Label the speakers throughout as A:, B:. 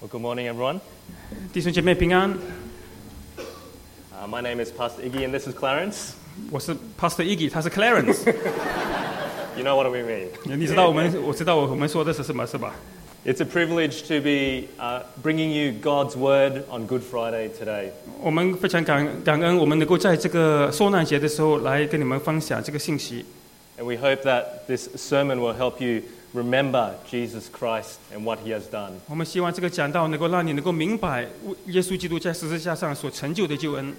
A: Well, good morning, everyone.
B: 弟兄姐妹平安，
A: Uh, my name is Pastor Iggy, and this is Clarence.
B: 我是 Pastor Iggy，他是 Clarence。
A: You know what we mean.
B: 你知道我们，我知道我们说的是什么是吧？
A: It's a privilege to be uh, bringing you God's Word on Good Friday today.
B: 我们非常感感恩，我们能够在这个受难节的时候来跟你们分享这个信息。
A: And we hope that this sermon will help you remember Jesus Christ and what he has done.
B: 我们希望这个讲道能够让你能够明白耶稣基督在十字架上所成就的救恩。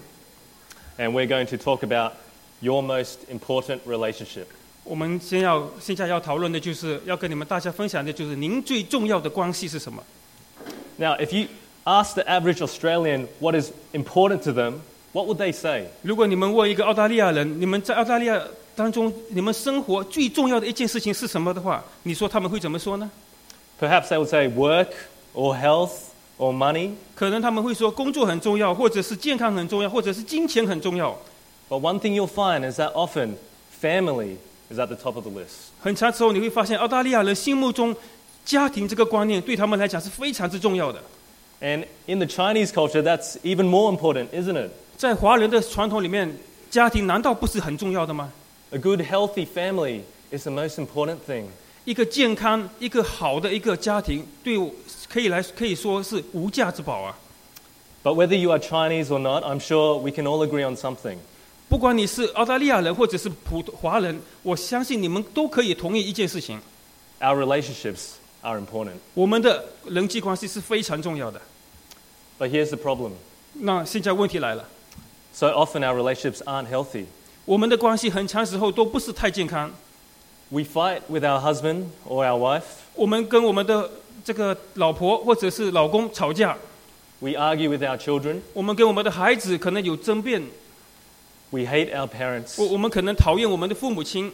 A: And we're going to talk about your most important relationship.
B: 我们先要现在要讨论的就是要跟你们大家分享的就是您最重要的关系是什么。
A: Now, if you ask the average Australian what is important to them, what would they say?
B: 如果你们问一个澳大利亚人，你们在澳大利亚当中，你们生活最重要的一件事情是什么的话，你说他们会怎么说呢？
A: Perhaps they would say work or health or money.
B: 可能他们会说工作很重要，或者是健康很重要，或者是金钱很重要。
A: But one thing you'll find is that often family is at the top of the list.
B: 很长时候你会发现，澳大利亚人心目中家庭这个观念对他们来讲是非常之重要的。
A: And in the Chinese culture, that's even more important, isn't it?
B: 在华人的传统里面，家庭难道不是很重要的吗？
A: A good, healthy family is the most important thing.
B: 一个健康、一个好的一个家庭，对我可以来可以说是无价之宝啊！
A: But whether you are Chinese or not, I'm sure we can all agree on something.
B: 不管你是澳大利亚人或者是普通华人，我相信你们都可以同意一件事情：
A: Our relationships are important.
B: 我们的人际关系是非常重要的。
A: But here's the problem
B: 那现在问题来了。
A: so often our relationships aren't healthy.
B: 我们的关系很长时候都不是太健康。
A: We fight with our husband or our wife,
B: 我们跟我们的这个老婆或者是老公吵架，
A: we argue with our children,
B: 我们跟我们的孩子可能有争辩，
A: we hate our parents,
B: 我我们可能讨厌我们的父母亲，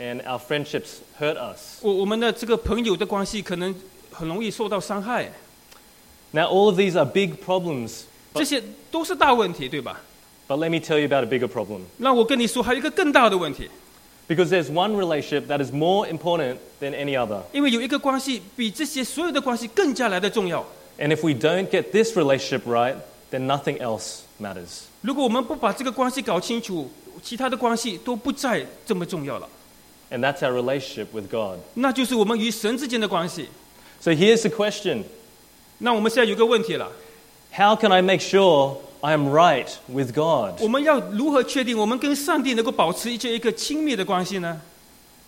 A: and our friendships hurt us.
B: 我我们的这个朋友的关系可能很容易受到伤害，
A: Now, all of these are big problems,
B: 这些都是大问题，对吧？
A: but let me tell you about a bigger problem.
B: 那我跟你说，还有一个更大的问题，
A: Because there's one relationship that is more important than any other.
B: 因为有一个关系比这些所有的关系更加来的重要。
A: And if we don't get this relationship right, then nothing else matters.
B: 如果我们不把这个关系搞清楚，其他的关系都不再这么重要了，
A: And that's our relationship with God.
B: 那就是我们与神之间的关系。
A: So here's the question
B: 那我们现在有个问题了，
A: How can I make sure I am right with God?
B: 我们要如何确定我们跟上帝能够保持一这一个亲密的关系呢？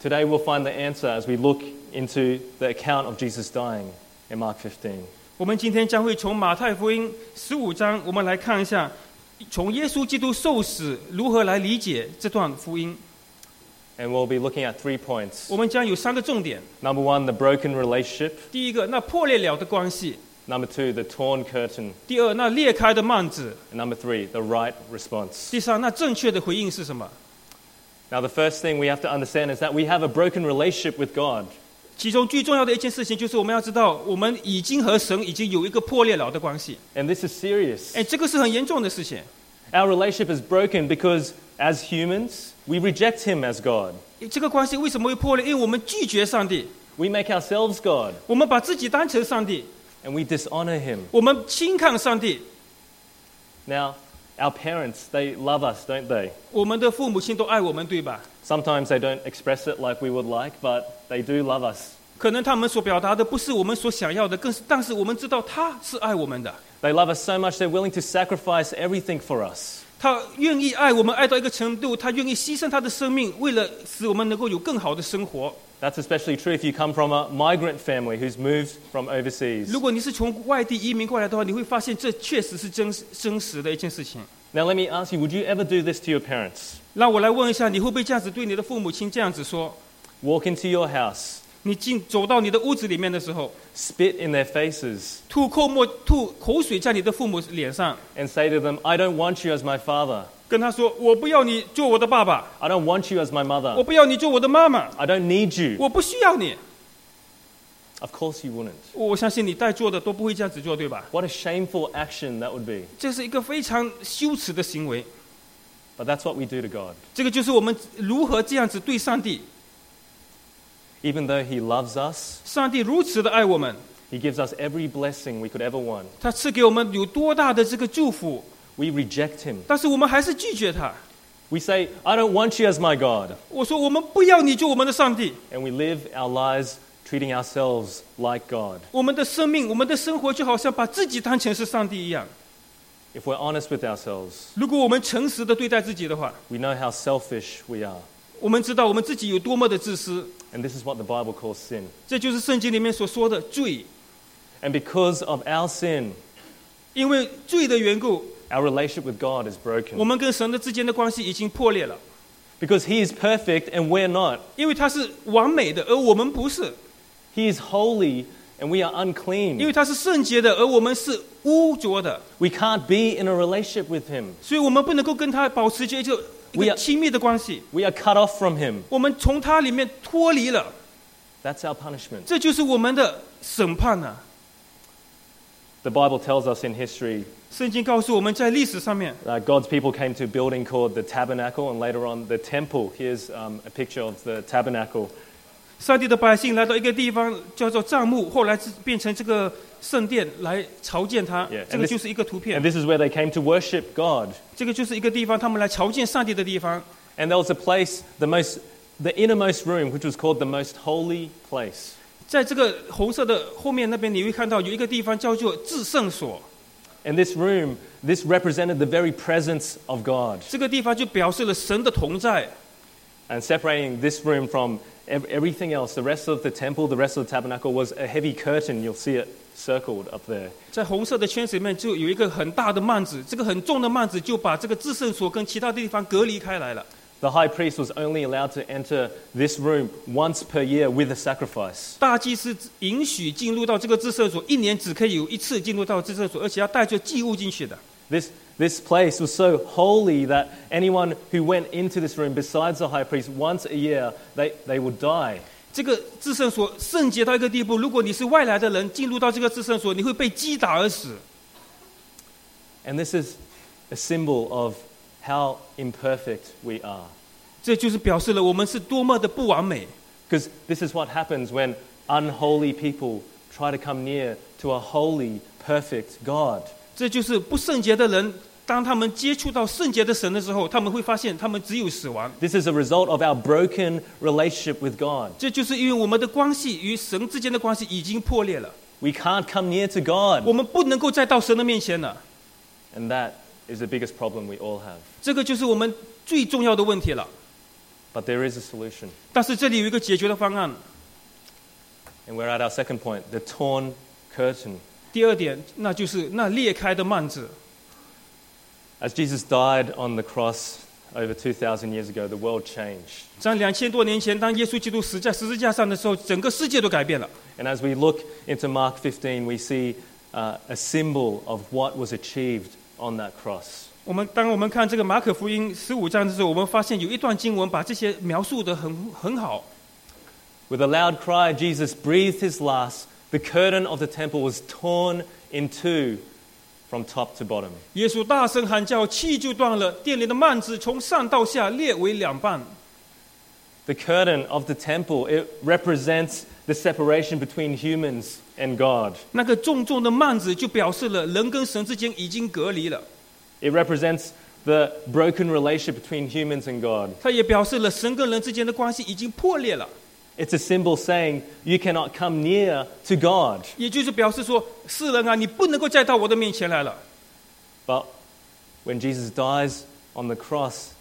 A: Today we'll find the answer as we look into the account of Jesus dying in Mark 15.
B: 我们今天将会从马太福音十五章，我们来看一下，从耶稣基督受死如何来理解这段福音。
A: And we'll be looking at three points.
B: 我们将有三个重点：
A: Number one, the broken relationship.
B: 第一个，那破裂了的关系；
A: Number two, the torn curtain.
B: 第二，那裂开的幔子；
A: And number three, the right response.
B: 第三，那正确的回应是什么？
A: Now, the first thing we have to understand is that we have a broken relationship with God.
B: 其中最重要的一件事情就是我们要知道，我们已经和神已经有一个破裂了的关系。
A: And this is serious.
B: 哎，这个是很严重的事情。
A: Our relationship is broken because, as humans, we reject Him as God.
B: 这个关系为什么会破裂？因为我们拒绝上帝，
A: We make ourselves God
B: 我们把自己当成上帝，
A: and we dishonor Him.
B: 我们轻看上帝，
A: Now, our parents, they love us, don't they?
B: 我们的父母亲都爱我们，对吧？
A: Sometimes they don't express it like we would like, but they do love us.
B: 可能他们所表达的不是我们所想要的，更是，但是我们知道他是爱我们的，
A: They love us so much they're willing to sacrifice everything for us.
B: 他愿意爱我们爱到一个程度，他愿意牺牲他的生命，为了使我们能够有更好的生活。
A: That's especially true if you come from a migrant family who's moved from overseas.
B: 如果你是从外地移民过来的话，你会发现这确实是真实真实的一件事情。
A: Now, let me ask you would you ever do this to your parents?
B: 那我来问一下，你会不会这样子对你的父母亲这样子说？
A: Walk into your house,
B: 你进走到你的屋子里面的时候，
A: spit in their faces,
B: 吐口沫、吐口水在你的父母脸上，
A: and say to them, I don't want you as my father.
B: 跟他说：“我不要你做我的爸爸，
A: I don't want you as my
B: 我
A: mother.
B: 不要你做我的妈妈，
A: I don't need you.
B: 我不需要你。
A: Of course you wouldn't. ”
B: 我相信你在座的都不会这样子做，对吧？
A: What a shameful action that would be.
B: 这是一个非常羞耻的行为。
A: But that's what we do to God.
B: 这个就是我们如何这样子对上帝。
A: Even though He loves us,
B: 上帝如此的爱我们，
A: He gives us every blessing we could ever want.
B: 他赐给我们有多大的这个祝福，
A: We reject him.
B: 但是我们还是拒绝他。
A: We say, I don't want you as my God.
B: 我说我们不要你做我们的上帝，
A: And we live our lives treating ourselves like God.
B: 我们的生命、我们的生活就好像把自己当成是上帝一样。
A: If we're honest with ourselves,
B: 如果我们诚实的对待自己的话，
A: we know how selfish we are.
B: 我们知道我们自己有多么的自私，
A: And this is what the Bible calls sin.
B: 这就是圣经里面所说的罪。
A: And because of our sin,
B: 因为罪的缘故，
A: our relationship with God is
B: 我
A: broken.
B: 们跟神的之间的关系已经破裂了。
A: Because He is perfect and we're not.
B: 因为他是完美的，而我们不是；
A: He is holy and we are
B: 因为
A: unclean.
B: 他是圣洁的，而我们是污浊的。
A: We can't be in a relationship with Him.
B: 所以我们不能够跟他保持着一个一
A: We
B: 个
A: are-
B: 亲密的关系。
A: We are cut off from Him.
B: 我们从他里面脱离了，
A: That's our punishment.
B: 这就是我们的审判啊呐、
A: The Bible tells us in history
B: 圣经告诉我们在历史上面，
A: Uh, God's people came to a building called the tabernacle and later on the temple. Here's um, a picture of the tabernacle.
B: 上帝的百姓来到一个地方叫做帐幕，后来是变成这个圣殿来朝见他。
A: Yeah, and
B: 这个
A: this-
B: 就是一个图
A: And
B: 片，
A: this is where they came to worship God.
B: 这个就是一个地方，他们来朝见上帝的地方。
A: And there was a place, the, most, the innermost room, which was called the most holy place.
B: 在这个红色的后面那边，你会看到有一个地方叫做至圣所。
A: And this room, this represented the very presence of God.
B: 这个地方就表示了神的同在，
A: And separating this room from ev- everything else, the rest of the temple, the rest of the tabernacle, was a heavy curtain. You'll see it circled up there.
B: 在红色的圈子里面就有一个很大的幔子，这个很重的幔子就把这个至圣所跟其他地方隔离开来了。
A: The high priest was only allowed to enter this room once per year with a sacrifice.
B: 大祭司允许进入到这个至圣所，一年只可以有一次进入到至圣所，而且要带着祭物进去的。
A: This, this place was so holy that anyone who went into this room, besides the high priest, once a year, they, they would die.
B: 这个至圣所圣洁到一个地步，如果你是外来的人进入到这个至圣所，你会被击打而死。
A: And this is a symbol of how imperfect we are.
B: 这就是表示了我们是多么的不完美。
A: Because this is what happens when unholy people try to come near to a holy, perfect God.
B: 这就是不圣洁的人，当他们接触到圣洁的神的时候，他们会发现他们只有死亡。
A: This is a result of our broken relationship with God.
B: 这就是因为我们的关系与神之间的关系已经破裂了，
A: We can't come near to God.
B: 我们不能够再到神的面前了。
A: And that is the biggest problem we all have.
B: 这个就是我们最重要的问题了。
A: But there is a solution.
B: 但是这里有一个解决的方案。
A: And we're at our second point the torn curtain.
B: 第二点，那就是那裂开的幔子。
A: As Jesus died on the cross over 2,000 years ago, the world changed.
B: 在两千多年前，当耶稣基督死在十字架上的时候，整个世界都改变了。
A: And as we look into Mark 15, we see uh, a symbol of what was achieved on that cross.
B: 我们当我们看这个马可福音十五章的时候，我们发现有一段经文把这些描述的很很好。
A: With a loud cry, Jesus breathed his last. The curtain of the temple was torn in two from top to bottom.
B: 耶稣大声喊叫，气就断了，殿里的幔子从上到下裂为两半。
A: The curtain of the temple, it represents the separation between humans and God.
B: 那个重重的幔子就表示了人跟神之间已经隔离了，
A: It represents the broken relationship between humans and God.
B: 它也表示了神跟人之间的关系已经破裂了，
A: It's a symbol saying you cannot come near to God.
B: 也就是表示说世人啊，你不能够再到我的面前来了。
A: But when Jesus dies on the cross,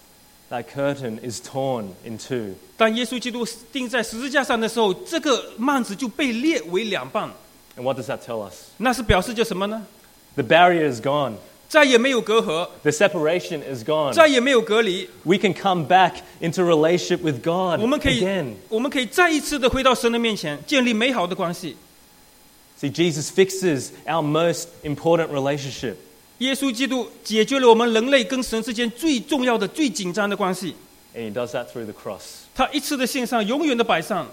A: that curtain is torn in two.
B: 当耶稣基督钉在十字架上的时候，这个幔子就被裂为两半，
A: And what does that tell us?
B: 那是表示着什么呢？
A: The barrier is gone.
B: 再也没有隔阂，
A: The separation is gone.
B: 再也没有隔离，
A: We can come back into relationship with God
B: 我们可以
A: again.
B: 我们可以再一次的回到神的面前，建立美好的关系。
A: See, Jesus fixes our most important relationship.
B: 耶稣基督解决了我们人类跟神之间最重要的、最紧张的关系，
A: And he does that through the cross.
B: 他一次的献上，永远的摆上。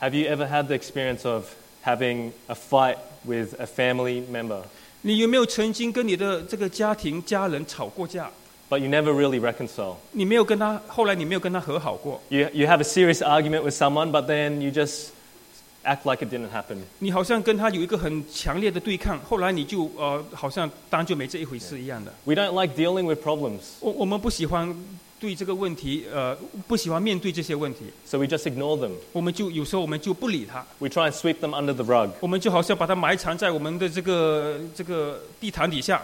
A: Have you ever had the experience of having a fight with a family member,
B: 你有没有曾经跟你的这个家庭家人吵过架？
A: but you never really reconcile?
B: 你没有跟他，后来你没有跟他和好过。
A: You, you have a serious argument with someone, but then you just act like it didn't happen.
B: 你好像跟他有一个很强烈的对抗，后来你就呃，好像当然就没这一回事一样的。
A: We don't like dealing with problems,
B: 我我们不喜欢对这个问题，呃，不喜欢面对这些问题，
A: so we just ignore them.
B: 我们就有时候我们就不理他，
A: We try and sweep them under the rug.
B: 我们就好像把它埋藏在我们的这个这个地毯底下。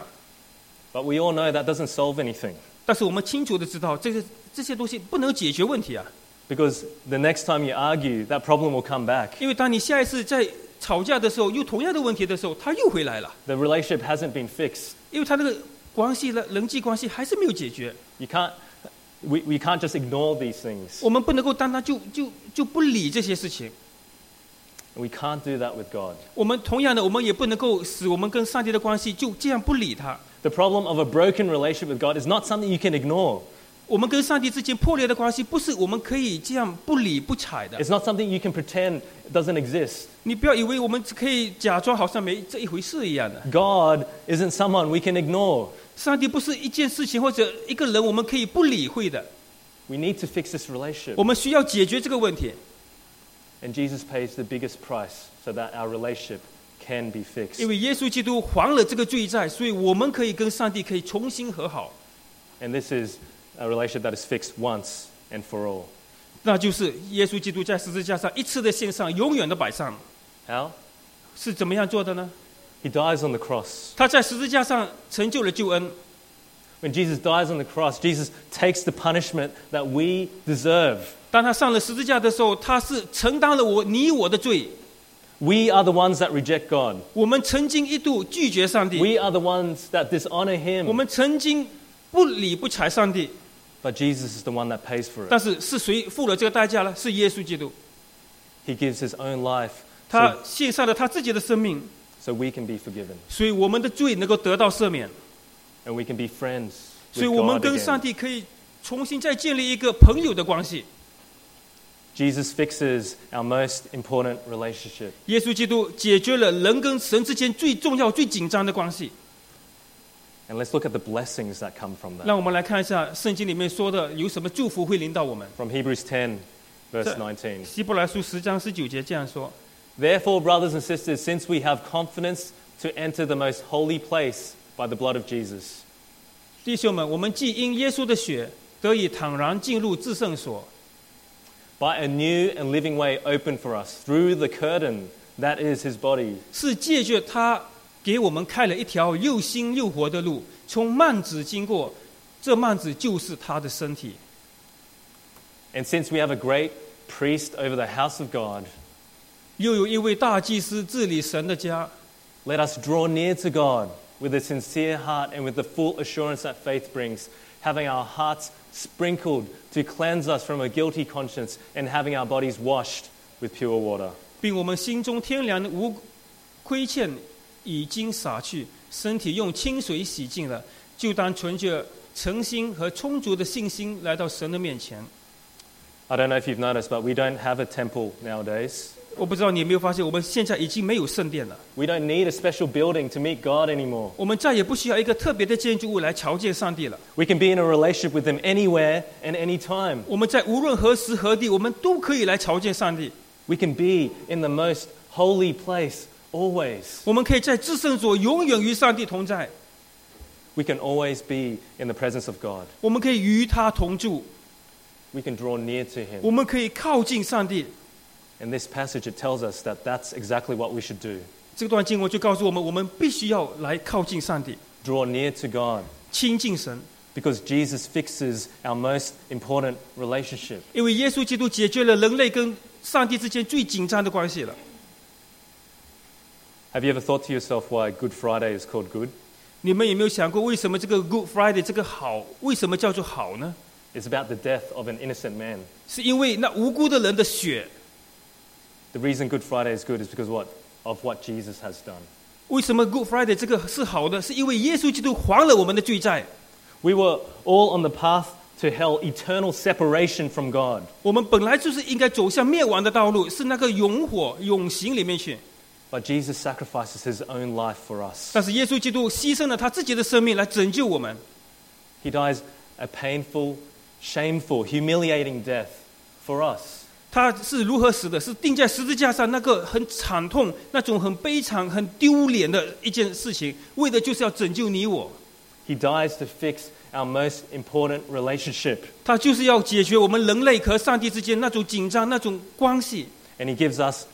A: But we all know that doesn't solve anything
B: 但是我们清楚的知道，这个这些东西不能解决问题啊，
A: because the next time you argue, that problem will come back.
B: 因为当你下一次在吵架的时候，又同样的问题的时候，他又回来了，
A: The relationship hasn't been fixed.
B: 因为他那个关系呢，人际关系还是没有解决。
A: You can't, we, we can't just ignore these things.
B: 我们不能够单单就就就不理这些事情。
A: We can't do that with God.
B: 我们同样的，我们也不能够使我们跟上帝的关系就这样不理他。
A: The problem of a broken relationship with God is not something you can ignore.
B: 我们跟上帝之间破裂的关系，不是我们可以这样不理不睬的。
A: It's not something you can pretend doesn't exist.
B: 你不要以为我们可以假装好像没这一回事一样的。
A: God isn't someone we can ignore.
B: 上帝不是一件事情或者一个人我们可以不理会的。
A: We need to fix this relationship.
B: 我们需要解决这个问题。
A: And Jesus pays the biggest price so that our relationship can be fixed.
B: 因为耶稣基督还了这个罪债，所以我们可以跟上帝可以重新和好，
A: And this is a relationship that is fixed once and for all.
B: 那就是耶稣基督在十字架上一次的献上，永远的摆上，
A: How?
B: 是怎么样做的呢？
A: He dies on the cross.
B: 他在十字架上成就了救恩。
A: When Jesus dies on the cross, Jesus takes the punishment that we deserve.
B: 当他上了十字架的时候，他是承担了我你我的罪。
A: We are the ones that reject God.
B: 我们曾经一度拒绝上帝，
A: We are the ones that dishonor
B: 我
A: Him.
B: 们曾经不理不睬上帝，
A: But Jesus is the one that pays for it.
B: 但是是谁付了这个代价呢？是耶稣基督，
A: He gives His own life
B: 他
A: so,
B: 献上了他自己的生命，
A: so we can be forgiven
B: 所以我们的罪能够得到赦免。
A: and we can be friends.
B: 所以
A: With
B: 我们
A: God
B: 跟上
A: again.
B: 帝可以重新再建立一个朋友的关系。
A: Jesus fixes our most important relationship.
B: 耶稣基督解决了人跟神之间最重要、最紧张的关系。
A: And let's look at the blessings that come from that.
B: 让我们来看一下圣经里面说的有什么祝福会临到我们。
A: From Hebrews 10, verse
B: So-
A: 19.
B: 希伯来书十章十九节这样说
A: Therefore, brothers and sisters, since we have confidence to enter the most holy place by the blood of Jesus,：“
B: 弟兄们，我们既因耶稣的血得以坦然进入至圣所，
A: by a new and living way open for us through the curtain that is his body,
B: 是借着他给我们开了一条又新又活的路，从幔子经过，这幔子就是他的身体。
A: and since we have a great priest over the house of God,
B: 又有一位大祭司治理神的家，
A: let us draw near to God with a sincere heart and with the full assurance that faith brings, having our hearts sprinkled to cleanse us from a guilty conscience and having our bodies washed with pure water.
B: 并我们心中天良无亏欠已经洒去，身体用清水洗净了，就当存着诚心和充足的信心来到神的面前。
A: I don't know if you've noticed, but we don't have a temple nowadays.
B: 我不知道你有没有发现，我们现在已经没有圣殿了，
A: We don't need a special building to meet God anymore.
B: 我们再也不需要一个特别的建筑物来朝见上帝了。
A: We can be in a relationship with Him anywhere and anytime.
B: 我们在无论何时何地，我们都可以来朝见上帝。
A: We can be in the most holy place always.
B: 我们可以在至圣所永远与上帝同在，
A: We can always be in the presence of God.
B: 我们可以与他同住，
A: We can draw near to Him.
B: 我们可以靠近上帝。
A: In this passage, it tells us that that's exactly what we should do
B: 这段经文就告诉我们，我们必须要来靠近上帝。
A: draw near to God.
B: 亲近神，
A: Because Jesus fixes our most important relationship.
B: 因为耶稣基督解决了人类跟上帝之间最紧张的关系了。
A: Have you ever thought to yourself why Good Friday is called good?
B: 你们有没有想过，为什么这个 Good Friday 这个好，为什么叫做好呢？
A: It's about the death of an innocent man.
B: 是因为那无辜的人的血。
A: The reason Good Friday is good is because what, of what Jesus has done.
B: 为什么 Good Friday 这个是好的？是因为耶稣基督还了我们的罪债。
A: We were all on the path to hell, eternal separation from God.
B: 我们本来就是应该走向灭亡的道路，是那个永火永刑里面去。
A: But Jesus sacrifices his own life for us.
B: 但是耶稣基督牺牲了他自己的生命来拯救我们。
A: He dies a painful, shameful, humiliating death for us.
B: 他是如何死的？是钉在十字架上那个很惨痛、那种很悲惨、很丢脸的一件事情，为的就是要拯救你我。
A: He dies to fix our most important relationship,
B: 他就是要解决我们人类和上帝之间那种紧张、那种关系。
A: and He gives us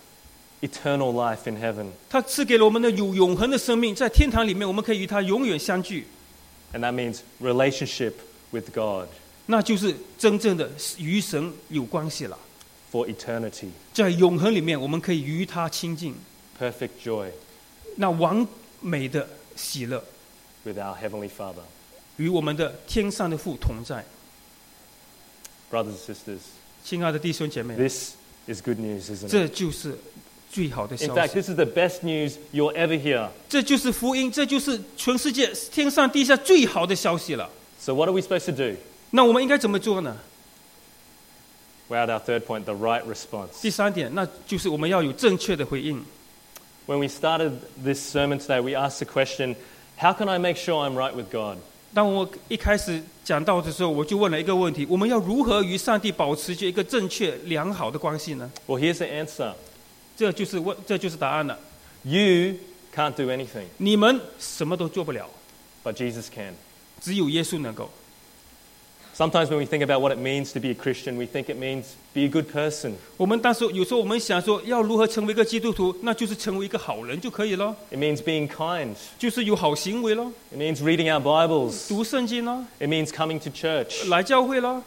A: eternal life in heaven.
B: 他赐给了我们的有永恒的生命，在天堂里面，我们可以与他永远相聚，
A: And that means relationship with God
B: 那就是真正的与神有关系了。
A: for eternity,
B: 在永恒里面，我们可以与他亲近，
A: perfect joy
B: 那完美的喜乐
A: with our Heavenly Father.
B: 与我们的天上的父同在。
A: Brothers and sisters,
B: 亲爱的弟兄姐妹，
A: this is good news, isn't
B: 这
A: it?
B: 就是最好的
A: In
B: 消
A: fact,
B: 息，
A: this is the best news you'll ever hear.
B: 这就是福音，这就是全世界天上地下最好的消息了。
A: So, what are we supposed to do?
B: 那我们应该怎么做呢？
A: We're at our third point the right response.
B: 第三点，那就是我们要有正确的回应。
A: When we started this sermon today, we asked the question how can I make sure I'm right with God?
B: 当我一开始讲到的时候，我就问了一个问题：我们要如何与上帝保持着一个正确良好的关系呢？
A: Well, here's the answer
B: 这就是问，这就是答案了。
A: you can't do anything,
B: 你们什么都做不了，
A: but Jesus can.
B: 只有耶稣能够。
A: Sometimes when we think about what it means to be a Christian, we think it means be a good person.
B: 我们当时有时候我们想说，要如何成为一个基督徒，那就是成为一个好人就可以了，
A: It means being kind.
B: 就是有好行为咯，
A: It means reading our Bibles.
B: 读圣经咯，
A: It means coming to church.
B: 来教会咯，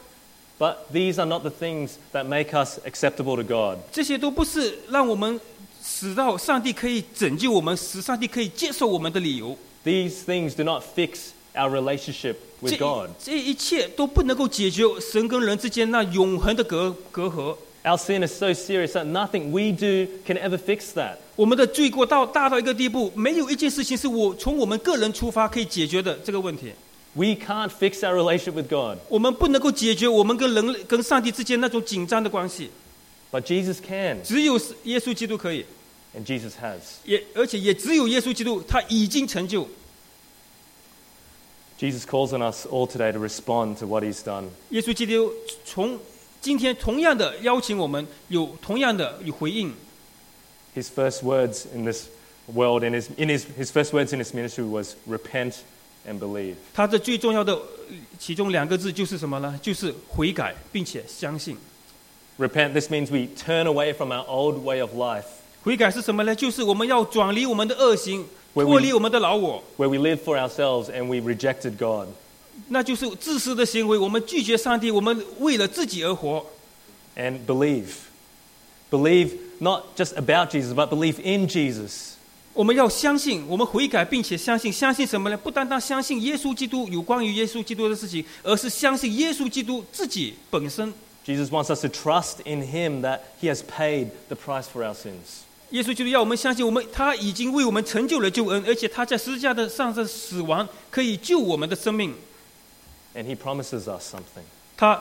A: But these are not the things that make us acceptable to God.
B: 这些都不是让我们使到上帝可以拯救我们，使上帝可以接受我们的理由。
A: These things do not fix our relationship
B: 这
A: with God.
B: 这一切都不能够解决神跟人之间那永恒的隔隔阂。
A: Our sin is so serious that nothing we do can ever fix that.
B: 我们的罪过到大到一个地步，没有一件事情是我从我们个人出发可以解决的这个问题。
A: We can't fix our relationship with God,
B: 我们不能够解决我们跟人类跟上帝之间那种紧张的关系，
A: but Jesus can,
B: 只有是耶稣基督可以，
A: and Jesus has.
B: 也而且也只有耶稣基督他已经成就。
A: Jesus calls on us all today to respond to what he's done.
B: 耶稣基督从今天同样的邀请我们，有同样的有回应。
A: His first words in this world, in his, in his, his first words in his ministry was repent and believe.
B: 他的最重要的呃其中两个字就是什么呢？就是悔改，并且相信。
A: Repent, this means we turn away from our old way of life,
B: 悔改是什么呢？就是我们要转离我们的恶行，
A: When we-
B: 脱离我们的老我，
A: where we lived for ourselves and we rejected God.
B: 那就是自私的行为。我们拒绝上帝，我们为了自己而活。
A: and believe. Believe not just about Jesus, but believe in Jesus.
B: 我们要相信，我们悔改，并且相信，相信什么呢？不单单相信耶稣基督有关于耶稣基督的事情，而是相信耶稣基督自己本身。
A: Jesus wants us to trust in Him that He has paid the price for our sins.
B: 耶稣基督要我们相信，我们他已经为我们成就了救恩，而且他在十字架的上的死亡可以救我们的生命。
A: And He promises us something.
B: 他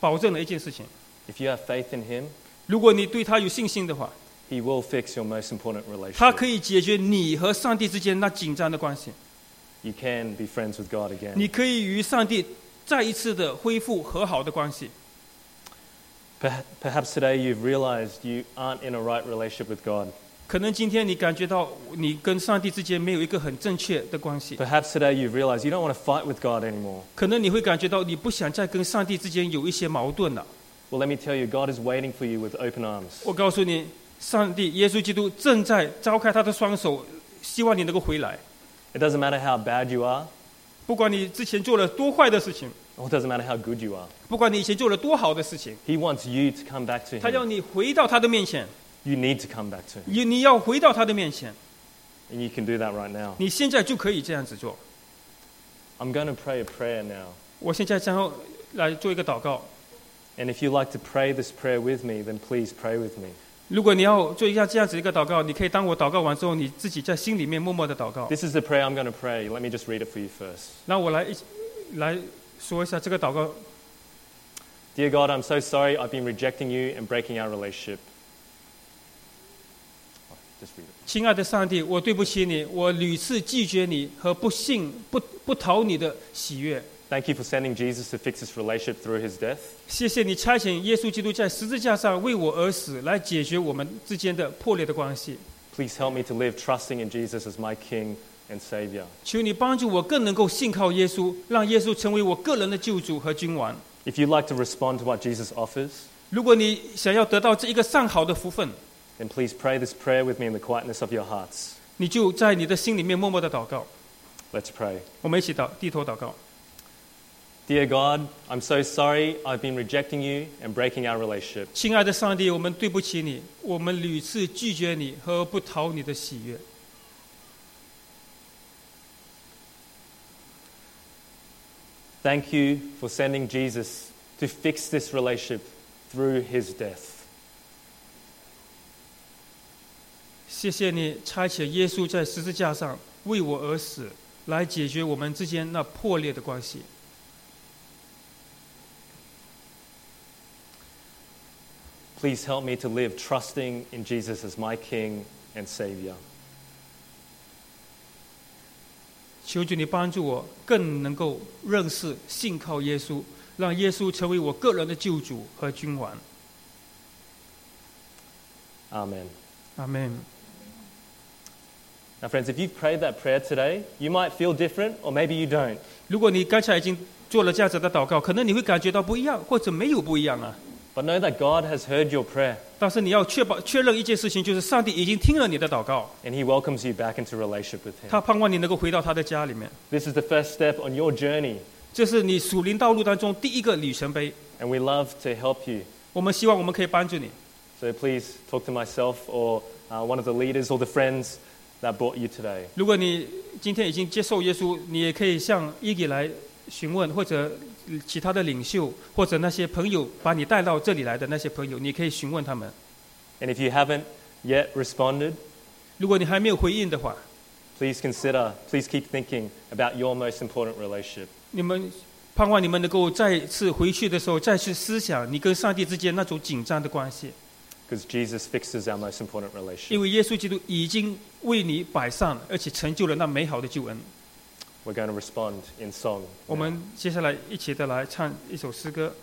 B: 保证了一件事情：
A: If you have faith in Him,
B: 如果你对他有信心的话，
A: He will fix your most important
B: 他可
A: relationship.
B: 以解决你和上帝之间那紧张的关系，
A: You can be friends with God
B: 你
A: again.
B: 可以与上帝再一次的恢复和好的关系。
A: Per- Perhaps today you've realized you aren't in a right relationship with God.
B: 可能今天你感觉到你跟上帝之间没有一个很正确的关系，
A: Perhaps today you've realized you don't want to fight with God anymore.
B: 可能你会感觉到你不想再跟上帝之间有一些矛盾了。
A: Well, let me tell you, God is waiting for you with open arms.
B: 我告诉你，上帝耶稣基督正在张开他的双手，希望你能够回来。
A: It doesn't matter how bad you are,
B: 不管你之前做了多坏的事情，
A: or it doesn't matter how good you are.
B: 不管你以前做了多好的事情，
A: He wants you to come back to
B: 他
A: Him.
B: 要你回到他的面前，
A: You need to come back to Him.
B: 你你要回到他的面前，
A: And you can do that right now.
B: 你现在就可以这样子做。
A: I'm going to pray a prayer now.
B: 我现在将要来做一个祷告。
A: And if you'd like to pray this prayer with me, then please pray with me.
B: 如果你要做一下这样子一个祷告，你可以当我祷告完之后，你自己在心里面默默的祷告。
A: This is the prayer I'm going to pray. Let me just read it for you first.
B: 那我来一起来说一下这个祷告。
A: Dear God, I'm so sorry I've been rejecting you and breaking our relationship. Oh, Just read it.
B: 亲爱的上帝，我对不起你，我屡次拒绝你和不信不不讨你的喜悦。
A: Thank you for sending Jesus to fix this relationship through his death.
B: 谢谢你差遣耶稣基督在十字架上为我而死，来解决我们之间的破裂的关系。
A: Please help me to live trusting in Jesus as my King and Savior.
B: 求你帮助我更能够信靠耶稣，让耶稣成为我个人的救主和君王。
A: If you'd like to respond to what Jesus offers,
B: 如果你想要得到这一个上好的福分，
A: then please pray this prayer with me in the quietness of your hearts.
B: 你就在你的心里面默默的祷告。
A: Let's pray.
B: 我们一起祷，低头祷告。
A: Dear God, I'm so sorry I've been rejecting you and breaking our relationship.
B: 亲爱的上帝，我们对不起你，我们屡次拒绝你和不讨你的喜悦。
A: Thank you for sending Jesus to fix this relationship through his death.
B: 谢谢你差遣耶稣在十字架上为我而死，来解决我们之间那破裂的关系。
A: Please help me to live trusting in Jesus as my King and Savior.
B: 求主你帮助我，更能够认识、信靠耶稣，让耶稣成为我个人的救主和君王。
A: Amen.
B: 阿门。
A: Now, friends, if you've prayed that prayer today, you might feel different or maybe you don't.
B: 如果你刚才已经做了这样子的祷告，可能你会感觉到不一样，或者没有不一样啊。
A: But know that God has heard your prayer
B: 但是你要确保确认一件事情，就是上帝已经听了你的祷告，
A: and He welcomes you back into relationship with Him.
B: 他盼望你能够回到他的家里面。
A: This is the first step on your journey,
B: 这是你属灵道路当中第一个里程碑。
A: and we love to help you.
B: 我们希望我们可以帮助你，
A: So please talk to myself or uh, one of the leaders or the friends that brought you today.
B: 如果你今天已经接受耶稣，你也可以向伊给来询问，或者其他的领袖，或者那些朋友把你带到这里来的那些朋友，你可以询问他们。
A: And if you haven't yet responded,
B: 如果你还没有回应的话，
A: please consider, please keep thinking about your most important relationship.
B: 你们盼望你们能够再次回去的时候，再去思想你跟上帝之间那种紧张的关系，
A: Because Jesus fixes our most important
B: 因
A: relationship.
B: 为耶稣基督已经为你摆上，而且成就了那美好的救恩。
A: We're going to respond in song.
B: 我们接下来一起的来唱一首诗歌。